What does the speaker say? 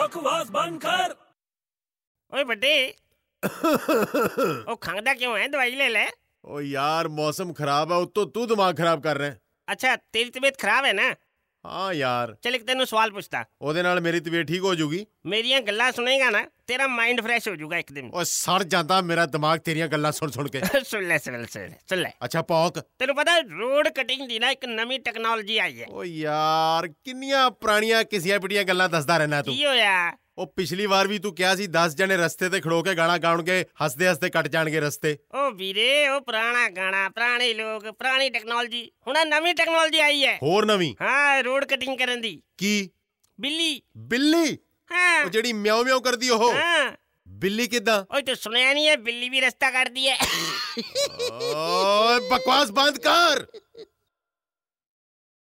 बकवास बंद कर ਓਏ ਵੱਡੇ ਉਹ ਖੰਗਦਾ ਕਿਉਂ ਹੈ ਦਵਾਈ ਲੈ ਲੈ ओ यार मौसम खराब है उत्तो तू दिमाग खराब कर रहे हैं ਅੱਛਾ ਤੇਰੀ ਤਬੀਅਤ ਖਰਾਬ ਹੈ ਨਾ हाँ यार ਚਲ ਇੱਕ ਤੈਨੂੰ ਸਵਾਲ ਪੁੱਛਦਾ ओदे नाल मेरी तबीयत ठीक हो जाऊगी ਮੇਰੀਆਂ ਗੱਲਾਂ ਸੁਣੇਗਾ ਨਾ ਤੇਰਾ ਮਾਈਂਡ ਫਰੈਸ਼ ਹੋ ਜਾਊਗਾ ਇੱਕ ਦਿਨ और सड़ जाता मेरा दिमाग तेरिया गल्ला सुन सुन के ਸੁਣ ਲੈ ਸੁਣ ਲੈ, ਸੁਣ ਲੈ, ਸੁਣ ਲੈ अच्छा पौक ਤੈਨੂੰ ਪਤਾ ਰੋਡ ਕਟਿੰਗ ਦੀ ਨਾ ਇੱਕ ਨਵੀਂ ਟੈਕਨੋਲੋਜੀ ਆਈ ਹੈ ओ यार किन्नियां पुरानियां किसिया पिटिया गल्ला दसदा रहना तू ਕੀ ਹੋਇਆ ओ पिछली बार भी तू क्या सी 10 जने रस्ते ते खड़ो के गाना गाउणगे हंसदे हंसदे कट जाणगे रस्ते ਉਹ ਵੀਰੇ ਉਹ ਪੁਰਾਣਾ ਗਾਣਾ ਪੁਰਾਣੇ ਲੋਕ ਪੁਰਾਣੀ ਟੈਕਨੋਲੋਜੀ ਹੁਣ ਆਹ ਨਵੀਂ ਟੈਕਨੋਲੋਜੀ ਆਈ ਹੈ ਹੋਰ ਨਵੀਂ ਹਾਂ ਰੋਡ ਕਟਿੰਗ ਕਰਨ ਦੀ ਕੀ ਬਿੱਲੀ ਬਿੱਲੀ ਹਾਂ ਉਹ ਜਿਹੜੀ ਮਿਆਉ ਮਿਆਉ ਕਰਦੀ ਉਹ ਹਾਂ ਬਿੱਲੀ ਕਿਦਾਂ ਓਏ ਤੂੰ ਸੁਣਿਆ ਨਹੀਂ ਹੈ ਬਿੱਲੀ ਵੀ ਰਸਤਾ ਕੱਟਦੀ ਹੈ ਓਏ ਬਕਵਾਸ ਬੰਦ ਕਰ